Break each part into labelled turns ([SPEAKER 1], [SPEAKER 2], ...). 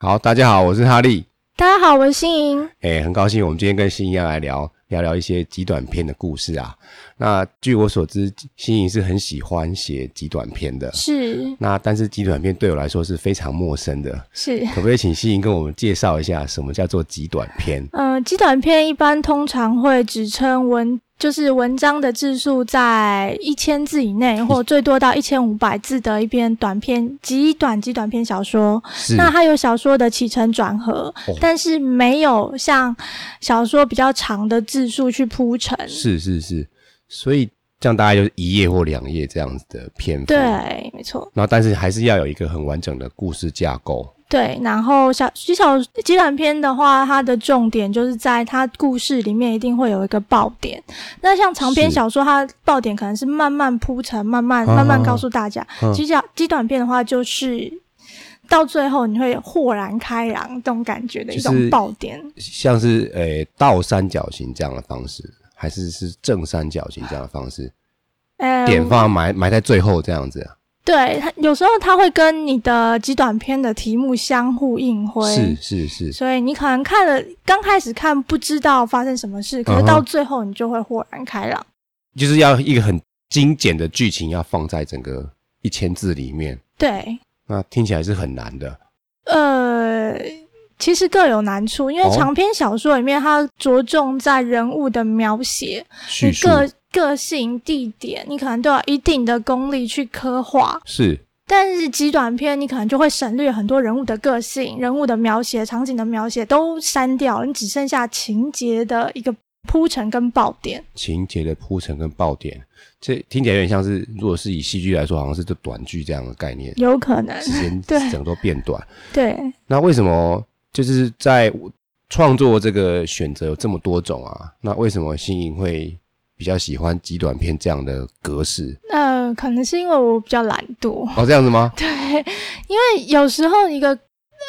[SPEAKER 1] 好，大家好，我是哈利。
[SPEAKER 2] 大家好，我是新莹。
[SPEAKER 1] 哎，很高兴我们今天跟新一样来聊聊聊一些极短片的故事啊。那据我所知，新颖是很喜欢写极短片的。
[SPEAKER 2] 是
[SPEAKER 1] 那但是极短片对我来说是非常陌生的，
[SPEAKER 2] 是，
[SPEAKER 1] 可不可以请新颖跟我们介绍一下什么叫做极短片？
[SPEAKER 2] 嗯，极短片一般通常会指称文，就是文章的字数在一千字以内，或最多到一千五百字的一篇短篇极短极短篇小说。
[SPEAKER 1] 是
[SPEAKER 2] 那它有小说的起承转合，
[SPEAKER 1] 哦
[SPEAKER 2] 但是没有像小说比较长的字数去铺陈。
[SPEAKER 1] 是是是，所以这样大概就是一页或两页这样子的篇幅。哦
[SPEAKER 2] 对，没错，
[SPEAKER 1] 然后，但是还是要有一个很完整的故事架构。
[SPEAKER 2] 对。然后小极小极短篇的话，它的重点就是在它故事里面一定会有一个爆点。那像长篇
[SPEAKER 1] 是
[SPEAKER 2] 小说，它爆点可能是慢慢铺陈，慢慢
[SPEAKER 1] 啊
[SPEAKER 2] 慢慢告诉大家。
[SPEAKER 1] 嗯
[SPEAKER 2] 极小极短篇的话，就是到最后你会豁然开朗，这种感觉的一
[SPEAKER 1] 就是
[SPEAKER 2] 种爆点。
[SPEAKER 1] 像是诶倒三角形这样的方式，还是是正三角形这样的方式，
[SPEAKER 2] 呃
[SPEAKER 1] 点放埋埋在最后这样子啊，
[SPEAKER 2] 对，它有时候它会跟你的极短篇的题目相互应辉。
[SPEAKER 1] 是是是，
[SPEAKER 2] 所以你可能看了刚开始看不知道发生什么事，
[SPEAKER 1] 嗯
[SPEAKER 2] 可是
[SPEAKER 1] 哼
[SPEAKER 2] 到最后你就会豁然开朗。
[SPEAKER 1] 就是要一个很精简的剧情，要放在整个一千字里面，
[SPEAKER 2] 对，
[SPEAKER 1] 那听起来是很难的。
[SPEAKER 2] 呃，其实各有难处，因为
[SPEAKER 1] 哦
[SPEAKER 2] 长篇小说里面它着重在人物的描写，
[SPEAKER 1] 叙
[SPEAKER 2] 你
[SPEAKER 1] 述
[SPEAKER 2] 个个性、地点，你可能都有一定的功力去刻画。
[SPEAKER 1] 是
[SPEAKER 2] 但是极短篇，你可能就会省略很多人物的个性、人物的描写、场景的描写都删掉，你只剩下情节的一个铺陈跟爆点。
[SPEAKER 1] 情节的铺陈跟爆点，这听起来有点像是，如果是以戏剧来说，好像是这短剧这样的概念，
[SPEAKER 2] 有可能，
[SPEAKER 1] 时间
[SPEAKER 2] 对
[SPEAKER 1] 整个都变短。
[SPEAKER 2] 对，
[SPEAKER 1] 那为什么就是在创作这个选择有这么多种啊？那为什么新颖会比较喜欢极短片这样的格式？
[SPEAKER 2] 呃，可能是因为我比较懒惰，
[SPEAKER 1] 哦，这样子吗？
[SPEAKER 2] 对，因为有时候一个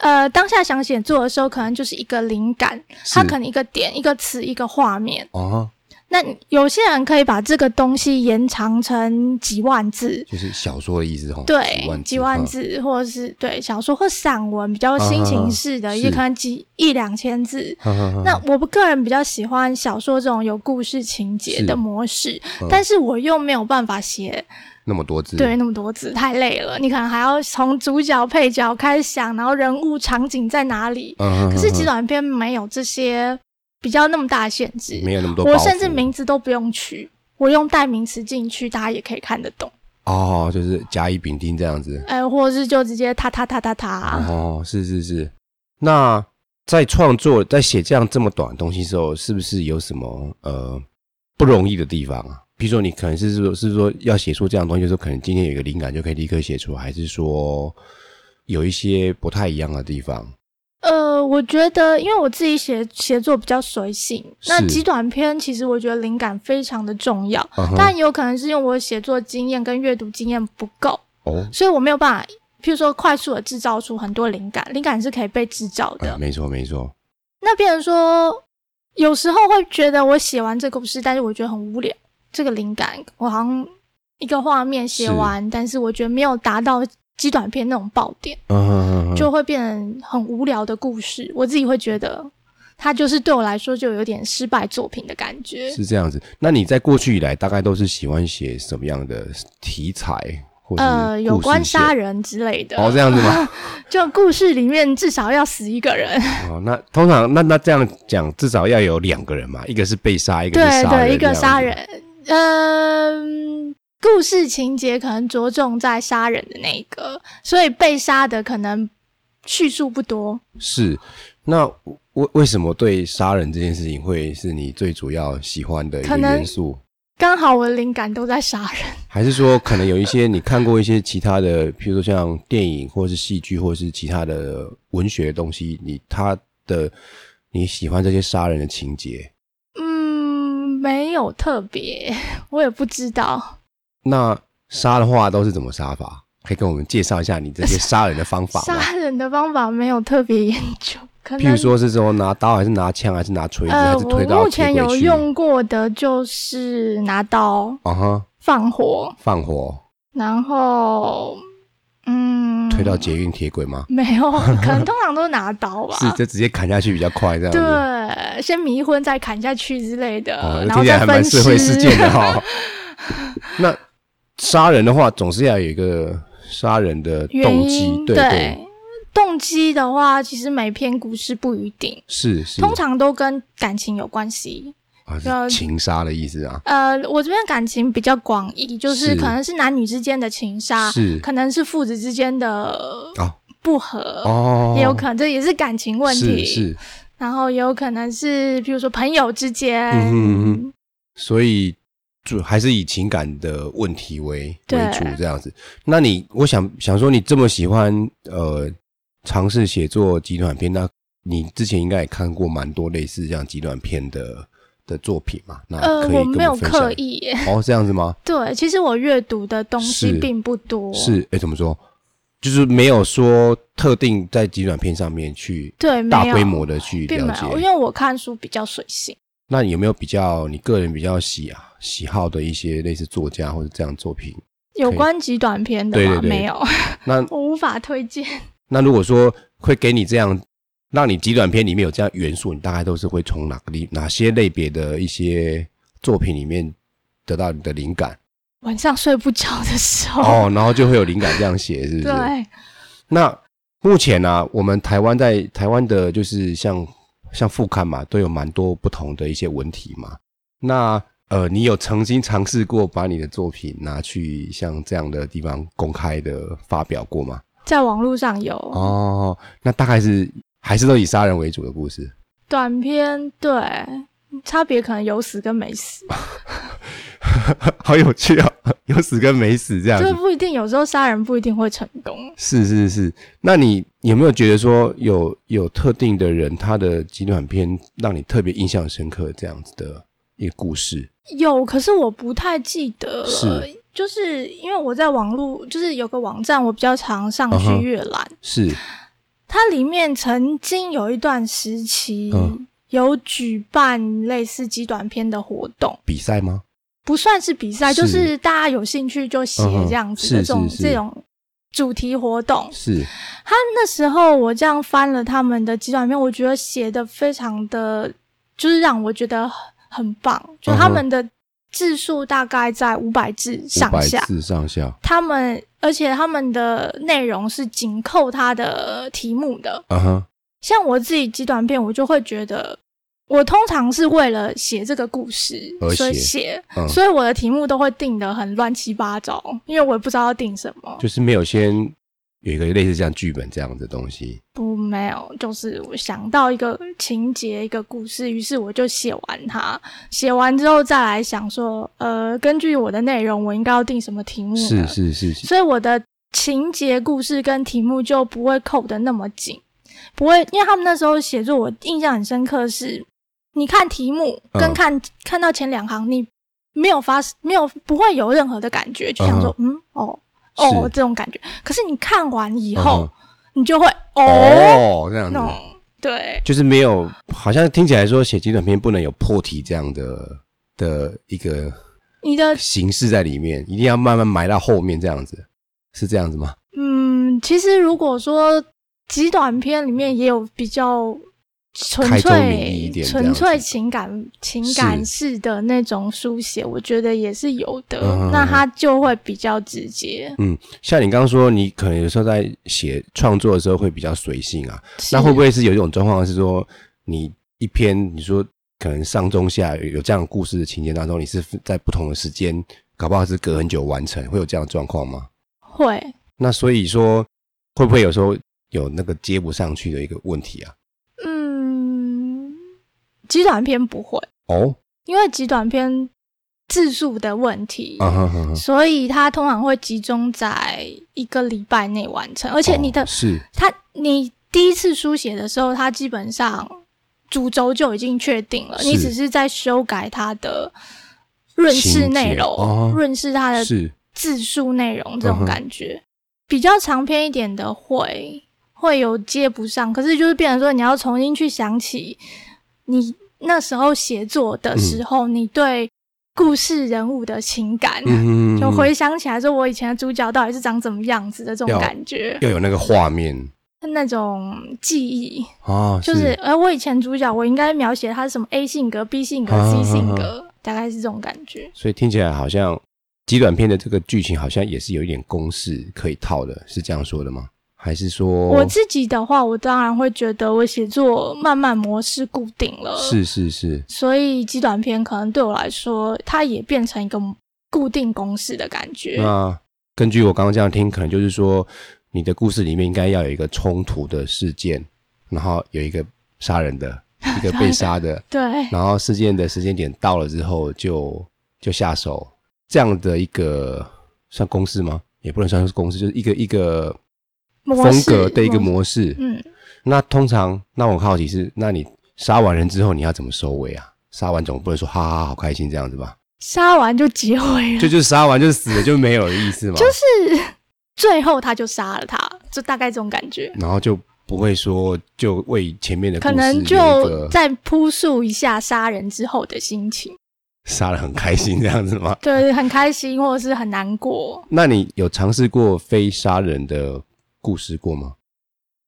[SPEAKER 2] 呃当下想写作的时候，可能就是一个灵感，它
[SPEAKER 1] 是
[SPEAKER 2] 可能一个点、一个词、一个画面。
[SPEAKER 1] 哦，
[SPEAKER 2] 那有些人可以把这个东西延长成几万字，
[SPEAKER 1] 就是小说的意思哦，
[SPEAKER 2] 对，
[SPEAKER 1] 几
[SPEAKER 2] 几万
[SPEAKER 1] 嗯
[SPEAKER 2] 字，或者是对小说或散文比较新
[SPEAKER 1] 啊
[SPEAKER 2] 情式的，
[SPEAKER 1] 是嗯
[SPEAKER 2] 也可能几一两千字。
[SPEAKER 1] 哼哼哼
[SPEAKER 2] 那我不个人比较喜欢小说这种有故事情节
[SPEAKER 1] 是
[SPEAKER 2] 的模式，
[SPEAKER 1] 嗯
[SPEAKER 2] 但是我又没有办法写
[SPEAKER 1] 那么多字，
[SPEAKER 2] 对，那么多字太累了，你可能还要从主角、配角开始想，然后人物场景在哪里。
[SPEAKER 1] 嗯，
[SPEAKER 2] 可是极
[SPEAKER 1] 短
[SPEAKER 2] 短篇没有这些比较那么大的限制，
[SPEAKER 1] 嗯没有那么多包袱，
[SPEAKER 2] 我甚至名字都不用取，我用代名词进去，大家也可以看得懂。
[SPEAKER 1] 哦，就是甲乙丙丁这样子，
[SPEAKER 2] 呃，或者是就直接他他他他他，
[SPEAKER 1] 哦，是是是。那在创作在写这样这么短的东西的时候，是不是有什么呃不容易的地方啊？比如说，你可能是说，是说要写出这样的东西的时候，可能今天有一个灵感就可以立刻写出来，还是说有一些不太一样的地方？
[SPEAKER 2] 呃，我觉得因为我自己写写作比较随性，那
[SPEAKER 1] 是
[SPEAKER 2] 极短篇其实我觉得灵感非常的重要，
[SPEAKER 1] 嗯哼
[SPEAKER 2] 但也有可能是因为我写作经验跟阅读经验不够，
[SPEAKER 1] 哦，
[SPEAKER 2] 所以我没有办法，譬如说快速的制造出很多灵感，灵感是可以被制造的。
[SPEAKER 1] 呃没错没错，
[SPEAKER 2] 那变成说，有时候会觉得我写完这个故事，但是我觉得很无聊。这个灵感，我好像一个画面写完，但是我觉得没有达到极短篇那种爆点，
[SPEAKER 1] 嗯哼哼哼
[SPEAKER 2] 就会变成很无聊的故事。我自己会觉得，它就是对我来说就有点失败作品的感觉。
[SPEAKER 1] 是这样子。那你在过去以来，大概都是喜欢写什么样的题材，或是
[SPEAKER 2] 呃，有
[SPEAKER 1] 故事
[SPEAKER 2] 关
[SPEAKER 1] 线
[SPEAKER 2] 杀人之类的，
[SPEAKER 1] 哦这样子吗？
[SPEAKER 2] 就故事里面至少要死一个人。
[SPEAKER 1] 哦，那通常那那这样讲，至少要有两个人嘛，一个是被杀，一个是
[SPEAKER 2] 对
[SPEAKER 1] 杀人这样子，
[SPEAKER 2] 对，一个杀人，嗯、故事情节可能着重在杀人的那一个，所以被杀的可能叙述不多。
[SPEAKER 1] 是。那为为什么对杀人这件事情会是你最主要喜欢的一个
[SPEAKER 2] 可能
[SPEAKER 1] 元素？
[SPEAKER 2] 刚好我的灵感都在杀人，
[SPEAKER 1] 还是说，可能有一些你看过一些其他的，譬如说像电影或是戏剧，或是其他的文学的东西，你他的你喜欢这些杀人的情节？
[SPEAKER 2] 嗯，没有特别，我也不知道。
[SPEAKER 1] 那杀的话都是怎么杀法？可以跟我们介绍一下你这些杀人的方法吗？
[SPEAKER 2] 杀人的方法没有特别研究，可能
[SPEAKER 1] 譬如说是说拿刀还是拿枪还是拿锤子、
[SPEAKER 2] 呃，
[SPEAKER 1] 还是
[SPEAKER 2] 我
[SPEAKER 1] 推到
[SPEAKER 2] 目
[SPEAKER 1] 铁
[SPEAKER 2] 前
[SPEAKER 1] 轨
[SPEAKER 2] 有
[SPEAKER 1] 去？
[SPEAKER 2] 用过的就是拿刀
[SPEAKER 1] 啊哈，
[SPEAKER 2] 放火，
[SPEAKER 1] 放火
[SPEAKER 2] 然后嗯。
[SPEAKER 1] 推到捷运铁轨吗？
[SPEAKER 2] 没 有，可能通常都是拿刀吧。
[SPEAKER 1] 是，就直接砍下去比较快，这样子。
[SPEAKER 2] 对，先迷昏再砍下去之类的，
[SPEAKER 1] 哦，
[SPEAKER 2] 然
[SPEAKER 1] 听
[SPEAKER 2] 后
[SPEAKER 1] 起来
[SPEAKER 2] 再
[SPEAKER 1] 还
[SPEAKER 2] 分
[SPEAKER 1] 蛮社会事
[SPEAKER 2] 尸。
[SPEAKER 1] 件的 哈、那杀人的话，总是要有一个杀人的动
[SPEAKER 2] 原
[SPEAKER 1] 机
[SPEAKER 2] 因，
[SPEAKER 1] 对对，
[SPEAKER 2] 动机的话，其实每篇故事不一定，
[SPEAKER 1] 是是，
[SPEAKER 2] 通常都跟感情有关系。
[SPEAKER 1] 啊
[SPEAKER 2] 要
[SPEAKER 1] 是情杀的意思啊，
[SPEAKER 2] 呃，我这边感情比较广义，就是
[SPEAKER 1] 是
[SPEAKER 2] 可能是男女之间的情杀，
[SPEAKER 1] 是
[SPEAKER 2] 可能是父子之间的
[SPEAKER 1] 哦
[SPEAKER 2] 不和，
[SPEAKER 1] 哦，
[SPEAKER 2] 也有可能这也是感情问题。
[SPEAKER 1] 是是，
[SPEAKER 2] 然后也有可能是比如说朋友之间，
[SPEAKER 1] 嗯哼嗯所以主还是以情感的问题为为
[SPEAKER 2] 对
[SPEAKER 1] 主这样子。那你，我想想说，你这么喜欢呃尝试写作极短篇，那你之前应该也看过蛮多类似这样极短篇的的作品嘛？那
[SPEAKER 2] 呃，
[SPEAKER 1] 啊可以
[SPEAKER 2] 我
[SPEAKER 1] 跟
[SPEAKER 2] 没有
[SPEAKER 1] 们分享
[SPEAKER 2] 刻意耶。
[SPEAKER 1] 哦，这样子 吗？
[SPEAKER 2] 对，其实我阅读的东西
[SPEAKER 1] 是
[SPEAKER 2] 并不多。
[SPEAKER 1] 是，哎，怎么说？就是没有说特定在极短片上面去
[SPEAKER 2] 对，没有
[SPEAKER 1] 大规模的去
[SPEAKER 2] 并
[SPEAKER 1] 了
[SPEAKER 2] 没
[SPEAKER 1] 解。
[SPEAKER 2] 有，因为我看书比较随性。
[SPEAKER 1] 那你有没有比较你个人比较喜啊喜好的一些类似作家或者这样作品？
[SPEAKER 2] 有关极短篇的吗？
[SPEAKER 1] 对对对
[SPEAKER 2] 没有，
[SPEAKER 1] 那
[SPEAKER 2] 我无法推荐。
[SPEAKER 1] 那如果说会给你这样，让你极短篇里面有这样元素，你大概都是会从哪个里哪些类别的一些作品里面得到你的灵感
[SPEAKER 2] 晚上睡不着的时候，
[SPEAKER 1] 哦，然后就会有灵感这样写，是不是？
[SPEAKER 2] 对，
[SPEAKER 1] 那目前呢、我们台湾在台湾的，就是像像副刊嘛，都有蛮多不同的一些文体嘛。那呃，你有曾经尝试过把你的作品拿去像这样的地方公开的发表过吗？
[SPEAKER 2] 在网络上有、
[SPEAKER 1] 哦，那大概是还是都以杀人为主的故事。
[SPEAKER 2] 短篇，对，差别可能有死跟没死，
[SPEAKER 1] 好有趣啊、哦，有死跟没死这样
[SPEAKER 2] 这
[SPEAKER 1] 子。
[SPEAKER 2] 不一定。有时候杀人不一定会成功。
[SPEAKER 1] 是是是，那你有没有觉得说有有特定的人，他的极短片让你特别印象深刻这样子的一个故事？
[SPEAKER 2] 有，可是我不太记得了。
[SPEAKER 1] 是
[SPEAKER 2] 就是因为我在网络，就是有个网站，我比较常上
[SPEAKER 1] 嗯
[SPEAKER 2] 去
[SPEAKER 1] 哼
[SPEAKER 2] 阅览。
[SPEAKER 1] 是
[SPEAKER 2] 它里面曾经有一段时期、
[SPEAKER 1] 嗯
[SPEAKER 2] 有举办类似极短片的活动，
[SPEAKER 1] 比赛吗？
[SPEAKER 2] 不算是比赛，
[SPEAKER 1] 是
[SPEAKER 2] 就是大家有兴趣就写
[SPEAKER 1] 嗯哼
[SPEAKER 2] 这样子的
[SPEAKER 1] 是
[SPEAKER 2] 这种
[SPEAKER 1] 是是
[SPEAKER 2] 这种主题活动。
[SPEAKER 1] 是
[SPEAKER 2] 那时候我这样翻了他们的极短片，我觉得写的非常的，就是让我觉得很棒，
[SPEAKER 1] 嗯
[SPEAKER 2] 就他们的字数大概在五百字上
[SPEAKER 1] 五百
[SPEAKER 2] 下。
[SPEAKER 1] 字上下，
[SPEAKER 2] 他们，而且他们的内容是紧扣它的题目的，
[SPEAKER 1] 嗯哼，
[SPEAKER 2] 像我自己极短片，我就会觉得，我通常是为了写这个故事
[SPEAKER 1] 而写
[SPEAKER 2] 所以写，
[SPEAKER 1] 嗯
[SPEAKER 2] 所以我的题目都会定的很乱七八糟，因为我也不知道要定什么。
[SPEAKER 1] 就是没有先有一个类似像剧本这样的东西，
[SPEAKER 2] 不，没有，就是我想到一个情节、一个故事，于是我就写完它。写完之后再来想说，呃，根据我的内容，我应该要定什么题目
[SPEAKER 1] 是
[SPEAKER 2] 呢？
[SPEAKER 1] 是是是，
[SPEAKER 2] 所以我的情节、故事跟题目就不会扣得那么紧，不会，因为他们那时候写作，我印象很深刻是，你看题目
[SPEAKER 1] 嗯
[SPEAKER 2] 跟看、看到前两行，你没有发没有不会有任何的感觉，就想说嗯哦哦
[SPEAKER 1] 是
[SPEAKER 2] 这种感觉，可是你看完以
[SPEAKER 1] 嗯
[SPEAKER 2] 后，
[SPEAKER 1] 哼
[SPEAKER 2] 你就会哦
[SPEAKER 1] 哦这样
[SPEAKER 2] 那
[SPEAKER 1] 子，
[SPEAKER 2] 种对
[SPEAKER 1] 就是没有，好像听起来说写极短篇不能有破题这样的的一个
[SPEAKER 2] 你的
[SPEAKER 1] 形式在里面，一定要慢慢埋到后面这样子，是这样子吗？
[SPEAKER 2] 嗯，其实如果说极短片里面也有比较纯
[SPEAKER 1] 开宗明义一
[SPEAKER 2] 粹、
[SPEAKER 1] 点这样
[SPEAKER 2] 纯粹
[SPEAKER 1] 子
[SPEAKER 2] 情感、情感式的那种书写，我觉得也是有的。
[SPEAKER 1] 嗯嗯嗯
[SPEAKER 2] 那它就会比较直接。
[SPEAKER 1] 嗯，像你刚刚说，你可能有时候在写创作的时候会比较随性啊，那
[SPEAKER 2] 是
[SPEAKER 1] 会不会是有一种状况是说，你一篇你说可能上中下有有这样的故事的情节当中，你是在不同的时间，搞不好是隔很久完成，会有这样的状况吗？
[SPEAKER 2] 会？
[SPEAKER 1] 那所以说，会不会有时候有那个接不上去的一个问题啊？
[SPEAKER 2] 嗯，极短片不会，
[SPEAKER 1] 哦，
[SPEAKER 2] 因为极短片字数的问题。
[SPEAKER 1] 啊哈哈哈，
[SPEAKER 2] 所以它通常会集中在一个礼拜内完成，而
[SPEAKER 1] 而
[SPEAKER 2] 且你的
[SPEAKER 1] 哦是
[SPEAKER 2] 他你第一次书写的时候，他基本上主轴就已经确定了，
[SPEAKER 1] 是
[SPEAKER 2] 你只是在修改它的润饰内容
[SPEAKER 1] 情节哦，
[SPEAKER 2] 润饰它的
[SPEAKER 1] 是
[SPEAKER 2] 字数内容
[SPEAKER 1] 嗯
[SPEAKER 2] 这种
[SPEAKER 1] 哼
[SPEAKER 2] 感觉。比较长篇一点的会会有接不上，可是就是变成说你要重新去想起你那时候写作的时候，你对故事人物的情感，
[SPEAKER 1] 嗯
[SPEAKER 2] 就回想起来说我以前的主角到底是长怎么样子的这种
[SPEAKER 1] 要
[SPEAKER 2] 感觉，
[SPEAKER 1] 要有那个画面
[SPEAKER 2] 那种记忆，
[SPEAKER 1] 啊，
[SPEAKER 2] 就是而我以前主角我应该描写他是什么 A 性格、B 性格、
[SPEAKER 1] 啊
[SPEAKER 2] C 性
[SPEAKER 1] 啊啊
[SPEAKER 2] 格，大概是这种感觉。
[SPEAKER 1] 所以听起来好像极短片的这个剧情好像也是有一点公式可以套的，是这样说的吗？还是说
[SPEAKER 2] 我自己的话，我当然会觉得我写作慢慢模式固定了，
[SPEAKER 1] 是是是
[SPEAKER 2] 所以极短篇可能对我来说，它也变成一个固定公式的感觉。
[SPEAKER 1] 那根据我刚刚这样听，可能就是说，你的故事里面应该要有一个冲突的事件，然后有一个杀人 的，一个被杀的，
[SPEAKER 2] 对，
[SPEAKER 1] 然后事件的时间点到了之后就就下手，这样的一个算公式吗？也不能算是公式，就是一个一个
[SPEAKER 2] 模
[SPEAKER 1] 风
[SPEAKER 2] 式
[SPEAKER 1] 格的一个模式。
[SPEAKER 2] 嗯，
[SPEAKER 1] 那通常，那我好奇是，那你杀完人之后你要怎么收尾啊？杀完总不能说哈哈哈好开心这样子 吧？
[SPEAKER 2] 杀完就结尾了，
[SPEAKER 1] 就就杀完就死了就没有意思嘛？
[SPEAKER 2] 就是 最后他就杀了他，就大概这种感觉。
[SPEAKER 1] 然后就不会说就为前面的故
[SPEAKER 2] 可
[SPEAKER 1] 事有
[SPEAKER 2] 能
[SPEAKER 1] 一
[SPEAKER 2] 就
[SPEAKER 1] 个
[SPEAKER 2] 再铺述一下杀人之后的心情，
[SPEAKER 1] 杀的很开心这样子吗？
[SPEAKER 2] 对，很开心或者是很难过。
[SPEAKER 1] 那你有尝试过非杀人的故事过吗？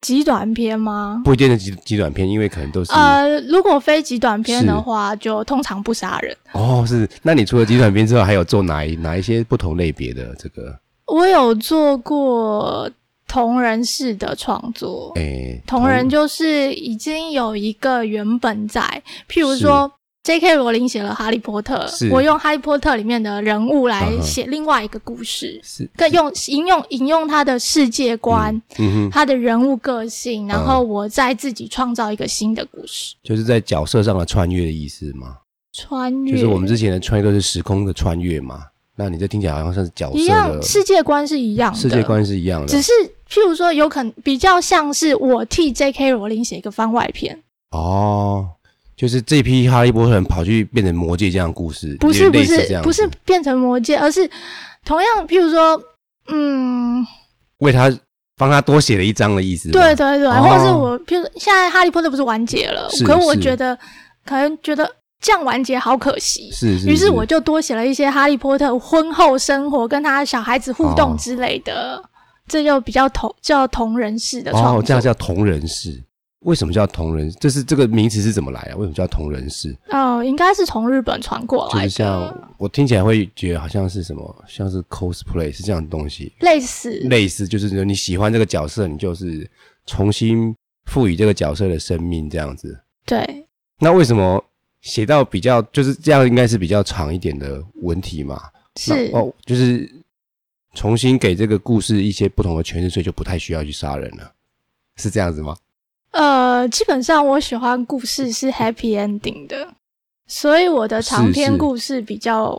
[SPEAKER 2] 极短篇吗？
[SPEAKER 1] 不一定是极极短片，因为可能都是、
[SPEAKER 2] 呃，如果非极短篇
[SPEAKER 1] 是
[SPEAKER 2] 的话，就通常不杀人。
[SPEAKER 1] 哦，是。那你除了极短片之后，还有做哪一哪一些不同类别的这个？
[SPEAKER 2] 我有做过同人式的创作，
[SPEAKER 1] 诶，
[SPEAKER 2] 同人就是已经有一个原本在，譬如说 J.K. 罗琳写了《哈利波特
[SPEAKER 1] 是》，
[SPEAKER 2] 我用《哈利波特》里面的人物来
[SPEAKER 1] 嗯哼
[SPEAKER 2] 写另外一个故事，
[SPEAKER 1] 是
[SPEAKER 2] 更用引用引用他的世界观。
[SPEAKER 1] 嗯哼，
[SPEAKER 2] 他的人物个性，然
[SPEAKER 1] 嗯
[SPEAKER 2] 后我再自己创造一个新的故事，
[SPEAKER 1] 就是在角色上的穿越的意思吗？
[SPEAKER 2] 穿越
[SPEAKER 1] 就是我们之前的穿越都是时空的穿越嘛。那你这听起来好像像是角
[SPEAKER 2] 一
[SPEAKER 1] 色
[SPEAKER 2] 样，
[SPEAKER 1] 的
[SPEAKER 2] 世界观是一样的，
[SPEAKER 1] 世界观是一样的
[SPEAKER 2] 只是譬如说，有可能比较像是我替 J.K. 罗琳写一个番外篇，
[SPEAKER 1] 哦。就是这批哈利波特人跑去变成魔界这样的故事，
[SPEAKER 2] 不
[SPEAKER 1] 有
[SPEAKER 2] 是不
[SPEAKER 1] 点类似这
[SPEAKER 2] 是
[SPEAKER 1] 样子
[SPEAKER 2] 不是变成魔戒，而是同样，譬如说，嗯，
[SPEAKER 1] 为他帮他多写了一章的意思吗。
[SPEAKER 2] 对对对，
[SPEAKER 1] 哦
[SPEAKER 2] 或者是我，譬如说现在哈利波特不是完结了，
[SPEAKER 1] 是
[SPEAKER 2] 可我
[SPEAKER 1] 是
[SPEAKER 2] 觉得可能觉得这样完结好可惜，
[SPEAKER 1] 是是。
[SPEAKER 2] 于是我就多写了一些哈利波特婚后生活跟他小孩子互
[SPEAKER 1] 哦
[SPEAKER 2] 动之类的，这就比较同叫同人式的创作。
[SPEAKER 1] 哦，这样叫同人式。为什么叫同人？这是这个名词是怎么来啊？为什么叫同人式？
[SPEAKER 2] 哦，应该是从日本传过
[SPEAKER 1] 就
[SPEAKER 2] 来
[SPEAKER 1] 是
[SPEAKER 2] 的，
[SPEAKER 1] 像我听起来会觉得好像是什么，像是 cosplay 是这样的东西，
[SPEAKER 2] 类似
[SPEAKER 1] 类似就是说你喜欢这个角色，你就是重新赋予这个角色的生命这样子。
[SPEAKER 2] 对
[SPEAKER 1] 那为什么写到比较就是这样，应该是比较长一点的文体嘛？
[SPEAKER 2] 是
[SPEAKER 1] 那哦，就是重新给这个故事一些不同的诠释，所以就不太需要去杀人了，是这样子吗？
[SPEAKER 2] 呃，基本上我喜欢故事是 happy ending 的，所以我的长
[SPEAKER 1] 是
[SPEAKER 2] 篇
[SPEAKER 1] 是
[SPEAKER 2] 故事比较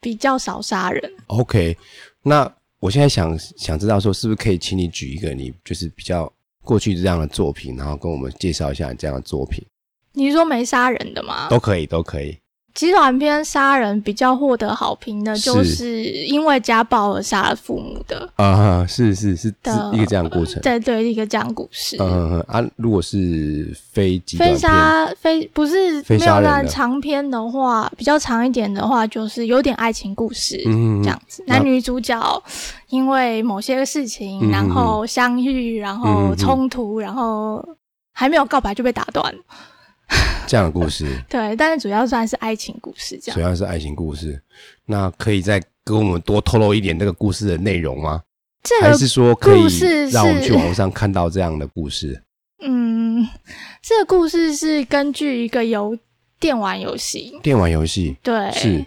[SPEAKER 2] 比较少杀人。
[SPEAKER 1] OK，那我现在想想知道说，是不是可以请你举一个你就是比较过去这样的作品，然后跟我们介绍一下你这样的作品，
[SPEAKER 2] 你是说没杀人的吗？
[SPEAKER 1] 都可以，都可以。
[SPEAKER 2] 极短篇杀人比较获得好评的，就是是因为家暴而杀了父母的。
[SPEAKER 1] 啊、是是是，是
[SPEAKER 2] 的
[SPEAKER 1] 一个这样的过程。
[SPEAKER 2] 对对，一个讲故事。
[SPEAKER 1] 嗯啊，如果是非极短
[SPEAKER 2] 飞
[SPEAKER 1] 片，
[SPEAKER 2] 沙飞不是
[SPEAKER 1] 飞
[SPEAKER 2] 没
[SPEAKER 1] 沙
[SPEAKER 2] 有
[SPEAKER 1] 人
[SPEAKER 2] 那
[SPEAKER 1] 的
[SPEAKER 2] 长篇的话，比较长一点的话，就是有点爱情故事、
[SPEAKER 1] 嗯
[SPEAKER 2] 这样子。
[SPEAKER 1] 那
[SPEAKER 2] 男女主角因为某些事情，
[SPEAKER 1] 嗯
[SPEAKER 2] 然
[SPEAKER 1] 嗯嗯
[SPEAKER 2] 后相遇，然
[SPEAKER 1] 嗯嗯
[SPEAKER 2] 后
[SPEAKER 1] 嗯
[SPEAKER 2] 冲突，然后还没有告白就被打断。
[SPEAKER 1] 这样的故 事，
[SPEAKER 2] 对，但是主要算是爱情故事这
[SPEAKER 1] 主
[SPEAKER 2] 样。
[SPEAKER 1] 要是爱情故事。那可以再跟我们多透露一点这个故事的内容吗？
[SPEAKER 2] 这
[SPEAKER 1] 还
[SPEAKER 2] 个
[SPEAKER 1] 是说可以
[SPEAKER 2] 故事是
[SPEAKER 1] 让我们去网络上看到这样的故事？
[SPEAKER 2] 嗯，这个故事是根据一个游电玩游戏，
[SPEAKER 1] 电玩游戏
[SPEAKER 2] 对，
[SPEAKER 1] 是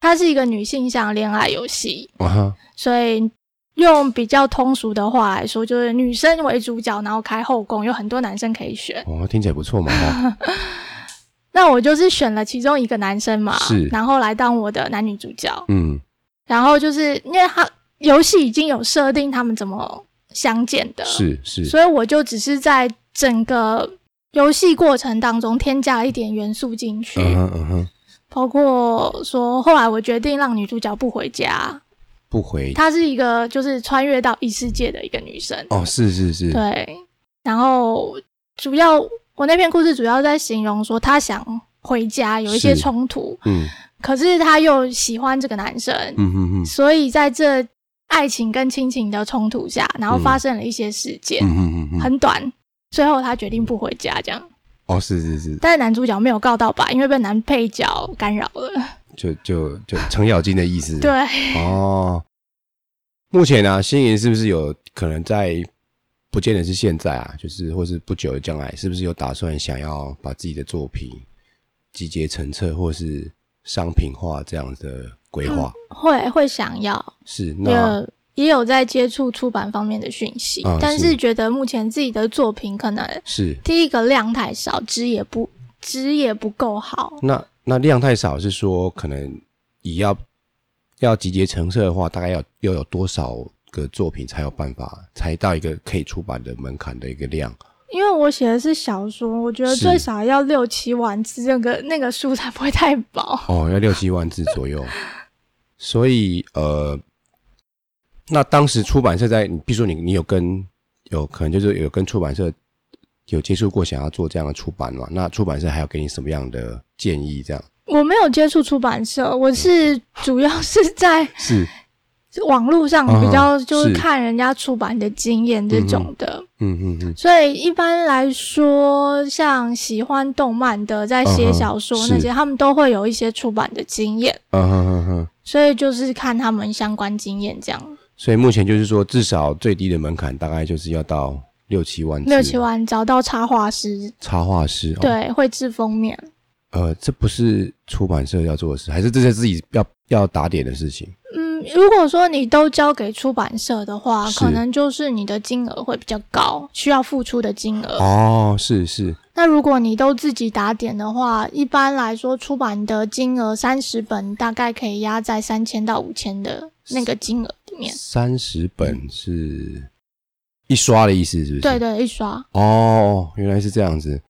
[SPEAKER 2] 它是一个女性向恋爱游戏。
[SPEAKER 1] 啊哈，
[SPEAKER 2] 所以用比较通俗的话来说，就是女生为主角，然后开后宫，有很多男生可以选。
[SPEAKER 1] 哦，听起来不错嘛 哈。
[SPEAKER 2] 那我就是选了其中一个男生嘛
[SPEAKER 1] 是，
[SPEAKER 2] 然后来当我的男女主角。
[SPEAKER 1] 嗯，
[SPEAKER 2] 然后就是因为他游戏已经有设定他们怎么相见的，，
[SPEAKER 1] 是是。
[SPEAKER 2] 所以我就只是在整个游戏过程当中添加了一点元素进去，
[SPEAKER 1] 嗯哼嗯哼，
[SPEAKER 2] 包括说后来我决定让女主角不回家，
[SPEAKER 1] 不回
[SPEAKER 2] 她是一个就是穿越到异世界的一个女生。
[SPEAKER 1] 哦，是是是，
[SPEAKER 2] 对，啊然后主要我那篇故事主要在形容说他想回家，有一些
[SPEAKER 1] 是
[SPEAKER 2] 冲突，
[SPEAKER 1] 嗯
[SPEAKER 2] 可是她又喜欢这个男生，
[SPEAKER 1] 嗯哼哼，
[SPEAKER 2] 所以在这爱情跟亲情的冲突下，然后发生了一些事件，
[SPEAKER 1] 嗯哼哼哼，
[SPEAKER 2] 很短。最后她决定不回家，这样。
[SPEAKER 1] 哦，是是是，
[SPEAKER 2] 但是男主角没有告到白，因为被男配角干扰了。
[SPEAKER 1] 就就就程咬金的意思，
[SPEAKER 2] 对，
[SPEAKER 1] 哦，目前呢、啊，星云是不是有可能在不见得是现在啊，就是或是不久的将来，是不是有打算想要把自己的作品集结成册，或是商品化这样的规划？
[SPEAKER 2] 嗯会会想要，
[SPEAKER 1] 是
[SPEAKER 2] 也
[SPEAKER 1] 那
[SPEAKER 2] 有也有在接触出版方面的讯息，
[SPEAKER 1] 啊
[SPEAKER 2] 但
[SPEAKER 1] 是
[SPEAKER 2] 是觉得目前自己的作品可能
[SPEAKER 1] 是
[SPEAKER 2] 第一个量太少，值也不值也不够好。
[SPEAKER 1] 那那量太少，是说可能以要要集结成册的话，大概要要有多少个作品才有办法才到一个可以出版的门槛的一个量？
[SPEAKER 2] 因为我写的是小说，我觉得
[SPEAKER 1] 是
[SPEAKER 2] 最少要六七万字，那个那个书才不会太薄。
[SPEAKER 1] 哦，要六七万字左右。所以呃，那当时出版社在，你比如说你你有跟有可能就是有跟出版社有接触过，想要做这样的出版嘛？那出版社还有给你什么样的建议？这样
[SPEAKER 2] 我没有接触出版社，我是主要是在
[SPEAKER 1] 是
[SPEAKER 2] 网络上
[SPEAKER 1] 啊
[SPEAKER 2] 比较就是
[SPEAKER 1] 是
[SPEAKER 2] 看人家出版的经验这种的。
[SPEAKER 1] 嗯嗯嗯
[SPEAKER 2] 所以一般来说，像喜欢动漫的，在
[SPEAKER 1] 嗯
[SPEAKER 2] 写
[SPEAKER 1] 哼
[SPEAKER 2] 小说
[SPEAKER 1] 是
[SPEAKER 2] 那些，他们都会有一些出版的经验，
[SPEAKER 1] 啊哈哈哈。
[SPEAKER 2] 所以就是看他们相关经验这样。
[SPEAKER 1] 所以目前就是说，至少最低的门槛大概就是要到六七万字，
[SPEAKER 2] 六七万找到插画师，
[SPEAKER 1] 插画师。哦，
[SPEAKER 2] 对，绘制封面。
[SPEAKER 1] 呃，这不是出版社要做的事，还是这是自己要要打点的事情？
[SPEAKER 2] 嗯，如果说你都交给出版社的话，
[SPEAKER 1] 是
[SPEAKER 2] 可能就是你的金额会比较高，需要付出的金额。
[SPEAKER 1] 哦，是是，
[SPEAKER 2] 那如果你都自己打点的话，一般来说出版的金额三十本大概可以压在三千到五千的那个金额里面。嗯
[SPEAKER 1] 三十本是一刷的意思，是不是？
[SPEAKER 2] 对对，一刷。
[SPEAKER 1] 哦，原来是这样子。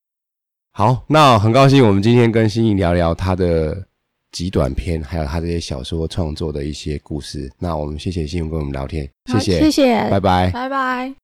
[SPEAKER 1] 好，那很高兴我们今天跟心怡聊聊她的极短篇，还有她这些小说创作的一些故事。那我们谢谢心怡跟我们聊天，谢
[SPEAKER 2] 好谢谢，
[SPEAKER 1] 拜拜。
[SPEAKER 2] 拜拜。